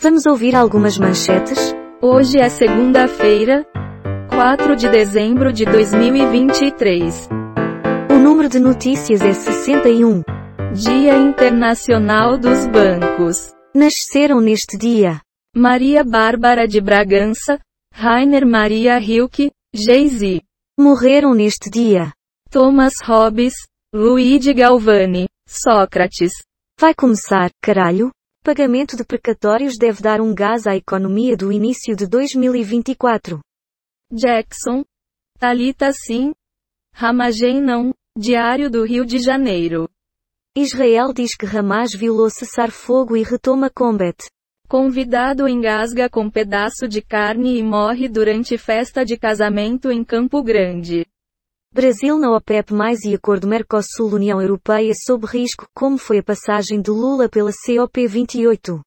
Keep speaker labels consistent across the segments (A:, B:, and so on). A: Vamos ouvir algumas manchetes?
B: Hoje é segunda-feira, 4 de dezembro de 2023,
A: O número de notícias é 61.
B: Dia Internacional dos Bancos.
A: Nasceram neste dia.
B: Maria Bárbara de Bragança, Rainer Maria Rilke, Jay-Z,
A: Morreram neste dia.
B: Thomas Hobbes, Luigi Galvani, Sócrates,
A: Vai começar, caralho? Pagamento de precatórios deve dar um gás à economia do início de 2024.
B: Jackson, Talita Sim, Ramagem Não, Diário do Rio de Janeiro.
A: Israel diz que Hamas violou cessar-fogo e retoma combate.
B: Convidado engasga com pedaço de carne e morre durante festa de casamento em Campo Grande.
A: Brasil na OPEP+, e acordo Mercosul-União Europeia sob risco, como foi a passagem de Lula pela COP28.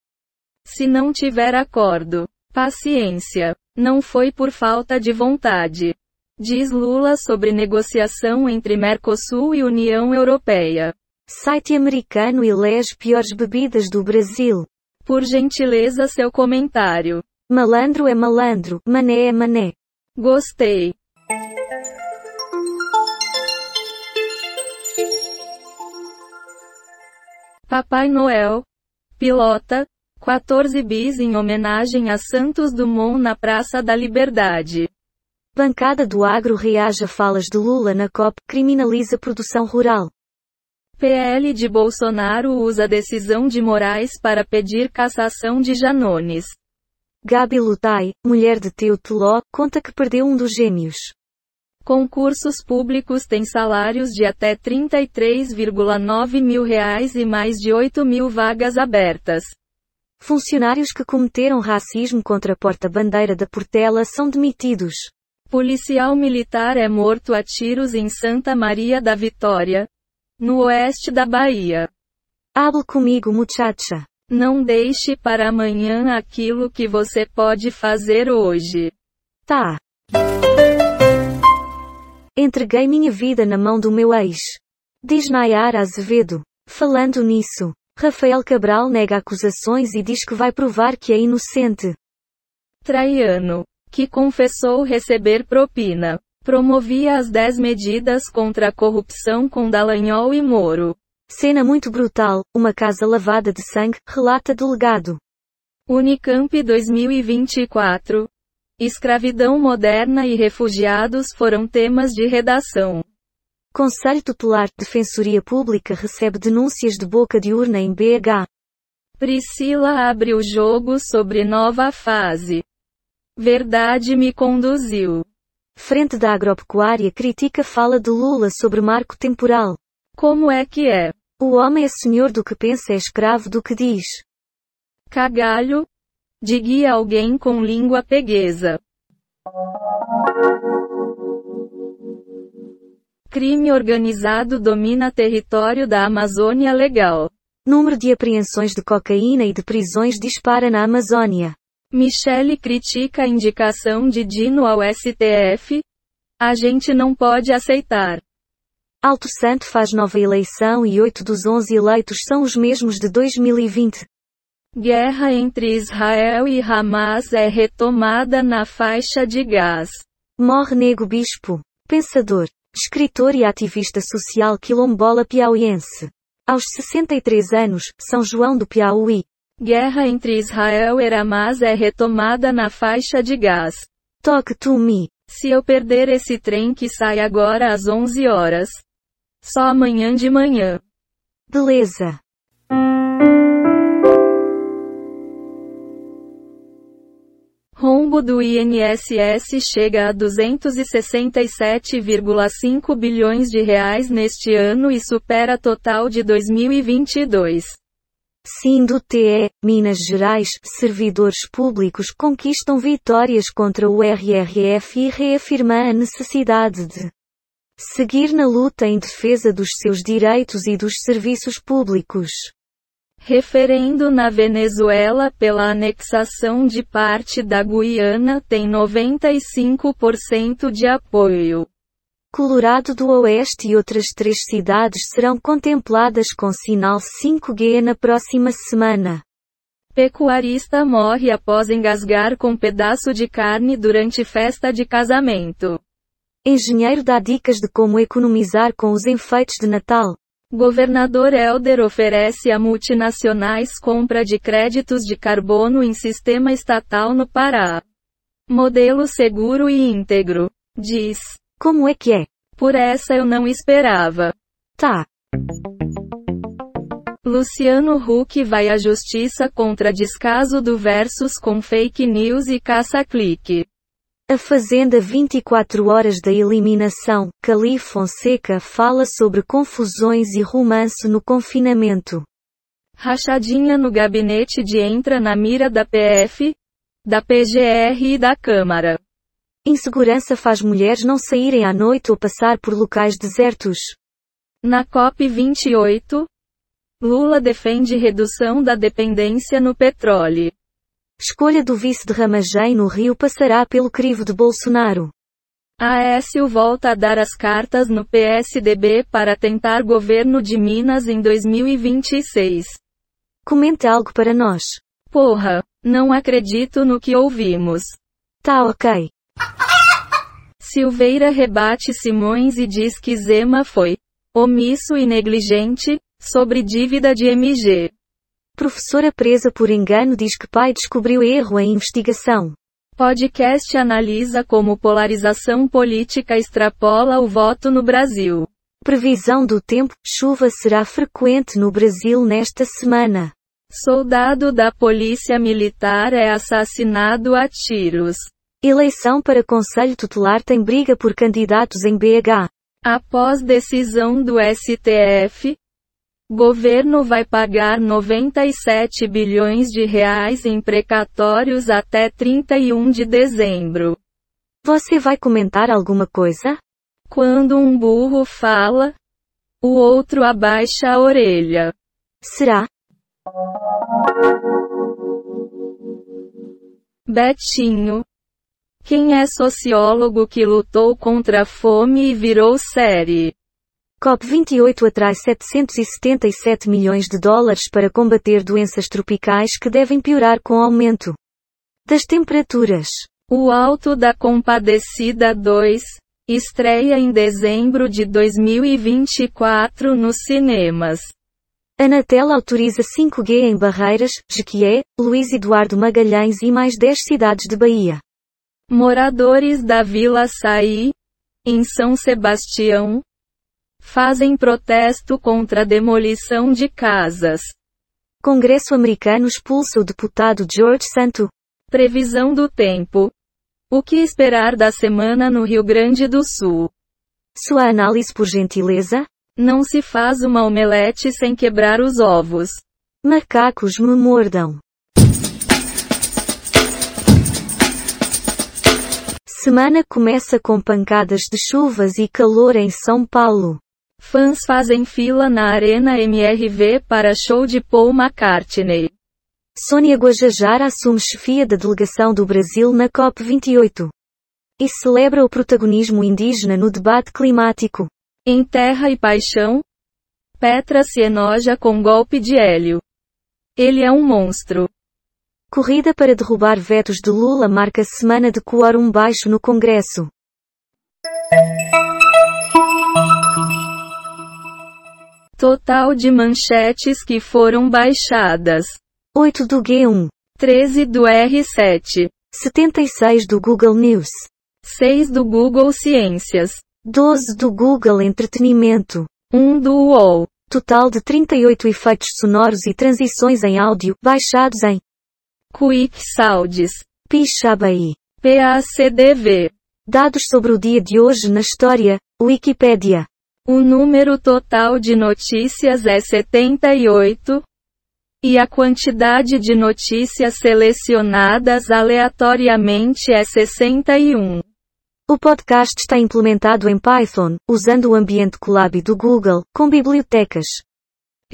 B: Se não tiver acordo, paciência. Não foi por falta de vontade. Diz Lula sobre negociação entre Mercosul e União Europeia.
A: Site americano elege piores bebidas do Brasil.
B: Por gentileza, seu comentário.
A: Malandro é malandro, mané é mané.
B: Gostei. Papai Noel. Pilota. 14 bis em homenagem a Santos Dumont na Praça da Liberdade.
A: Bancada do agro reage a falas de Lula na COP, criminaliza produção rural.
B: PL de Bolsonaro usa decisão de Moraes para pedir cassação de Janones.
A: Gabi Lutai, mulher de Teuteló, conta que perdeu um dos gêmeos.
B: Concursos públicos têm salários de até 33,9 mil reais e mais de 8 mil vagas abertas.
A: Funcionários que cometeram racismo contra a porta-bandeira da Portela são demitidos.
B: Policial militar é morto a tiros em Santa Maria da Vitória, no oeste da Bahia.
A: Hable comigo, muchacha.
B: Não deixe para amanhã aquilo que você pode fazer hoje.
A: Tá. Entreguei minha vida na mão do meu ex. Diz Nayara Azevedo. Falando nisso, Rafael Cabral nega acusações e diz que vai provar que é inocente.
B: Traiano, que confessou receber propina, promovia as 10 medidas contra a corrupção com Dallagnol e Moro.
A: Cena muito brutal, uma casa lavada de sangue, relata delegado.
B: Unicamp 2024. Escravidão moderna e refugiados foram temas de redação.
A: Conselho Tutelar de Defensoria Pública recebe denúncias de boca de urna em BH.
B: Priscila abre o jogo sobre nova fase. Verdade me conduziu.
A: Frente da Agropecuária critica fala de Lula sobre marco temporal.
B: Como é que é?
A: O homem é senhor do que pensa é escravo do que diz.
B: Cagalho? Diga alguém com língua peguesa. Crime organizado domina território da Amazônia Legal.
A: Número de apreensões de cocaína e de prisões dispara na Amazônia.
B: Michele critica a indicação de Dino ao STF? A gente não pode aceitar.
A: Alto Santo faz nova eleição e oito dos 11 eleitos são os mesmos de 2020.
B: Guerra entre Israel e Hamas é retomada na faixa de gás.
A: Morre Nego Bispo. Pensador, escritor e ativista social quilombola piauiense. Aos 63 anos, São João do Piauí.
B: Guerra entre Israel e Hamas é retomada na faixa de gás.
A: Toque to me.
B: Se eu perder esse trem que sai agora às 11 horas. Só amanhã de manhã.
A: Beleza.
B: Rombo do INSS chega a 267,5 bilhões de reais neste ano e supera total de 2022.
A: Sim do TE, Minas Gerais, servidores públicos conquistam vitórias contra o RRF e reafirma a necessidade de seguir na luta em defesa dos seus direitos e dos serviços públicos.
B: Referendo na Venezuela pela anexação de parte da Guiana tem 95% de apoio.
A: Colorado do Oeste e outras três cidades serão contempladas com sinal 5G na próxima semana.
B: Pecuarista morre após engasgar com pedaço de carne durante festa de casamento.
A: Engenheiro dá dicas de como economizar com os enfeites de Natal.
B: Governador Helder oferece a multinacionais compra de créditos de carbono em sistema estatal no Pará. Modelo seguro e íntegro. Diz.
A: Como é que é?
B: Por essa eu não esperava.
A: Tá.
B: Luciano Huck vai à justiça contra descaso do Versus com fake news e caça-clique.
A: A Fazenda 24 Horas da Eliminação, Cali Fonseca fala sobre confusões e romance no confinamento.
B: Rachadinha no gabinete de entra na mira da PF, da PGR e da Câmara.
A: Insegurança faz mulheres não saírem à noite ou passar por locais desertos.
B: Na COP28, Lula defende redução da dependência no petróleo.
A: Escolha do vice de Ramagem no Rio passará pelo crivo de Bolsonaro.
B: Aécio volta a dar as cartas no PSDB para tentar governo de Minas em 2026.
A: Comente algo para nós.
B: Porra, não acredito no que ouvimos.
A: Tá ok.
B: Silveira rebate Simões e diz que Zema foi omisso e negligente sobre dívida de MG.
A: Professora presa por engano diz que pai descobriu erro em investigação.
B: Podcast analisa como polarização política extrapola o voto no Brasil.
A: Previsão do tempo: chuva será frequente no Brasil nesta semana.
B: Soldado da Polícia Militar é assassinado a tiros.
A: Eleição para Conselho Tutelar tem briga por candidatos em BH.
B: Após decisão do STF, Governo vai pagar 97 bilhões de reais em precatórios até 31 de dezembro.
A: Você vai comentar alguma coisa?
B: Quando um burro fala, o outro abaixa a orelha.
A: Será?
B: Betinho. Quem é sociólogo que lutou contra a fome e virou série?
A: COP28 atrai 777 milhões de dólares para combater doenças tropicais que devem piorar com o aumento das temperaturas.
B: O Alto da Compadecida 2 estreia em dezembro de 2024 nos cinemas.
A: Anatel autoriza 5G em Barreiras, Jequié, Luiz Eduardo Magalhães e mais 10 cidades de Bahia.
B: Moradores da Vila Saí, em São Sebastião, fazem protesto contra a demolição de casas.
A: Congresso americano expulsa o deputado George Santo.
B: Previsão do tempo. O que esperar da semana no Rio Grande do Sul?
A: Sua análise por gentileza?
B: Não se faz uma omelete sem quebrar os ovos.
A: Macacos me mordam. Semana começa com pancadas de chuvas e calor em São Paulo.
B: Fãs fazem fila na Arena MRV para show de Paul McCartney.
A: Sônia Guajajara assume chefia da delegação do Brasil na COP28. E celebra o protagonismo indígena no debate climático.
B: Em Terra e Paixão, Petra se enoja com golpe de Hélio. Ele é um monstro.
A: Corrida para derrubar vetos de Lula marca semana de quórum baixo no Congresso.
B: Total de manchetes que foram baixadas:
A: 8 do G1,
B: 13 do R7,
A: 76 do Google News,
B: 6 do Google Ciências,
A: 12 do Google Entretenimento,
B: 1 do UOL.
A: Total de 38 efeitos sonoros e transições em áudio baixados em
B: Quick Sounds,
A: Pixabay,
B: PACDV.
A: Dados sobre o dia de hoje na história, Wikipedia.
B: O número total de notícias é 78. E a quantidade de notícias selecionadas aleatoriamente é 61.
A: O podcast está implementado em Python, usando o ambiente Colab do Google, com bibliotecas.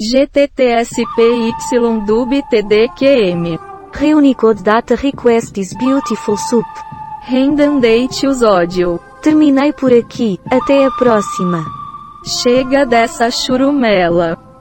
B: GTTSPYDUBTDQM.
A: Reunicode Data Request is Beautiful Soup.
B: Rendan Date os ódio.
A: Terminei por aqui, até a próxima.
B: Chega dessa churumela.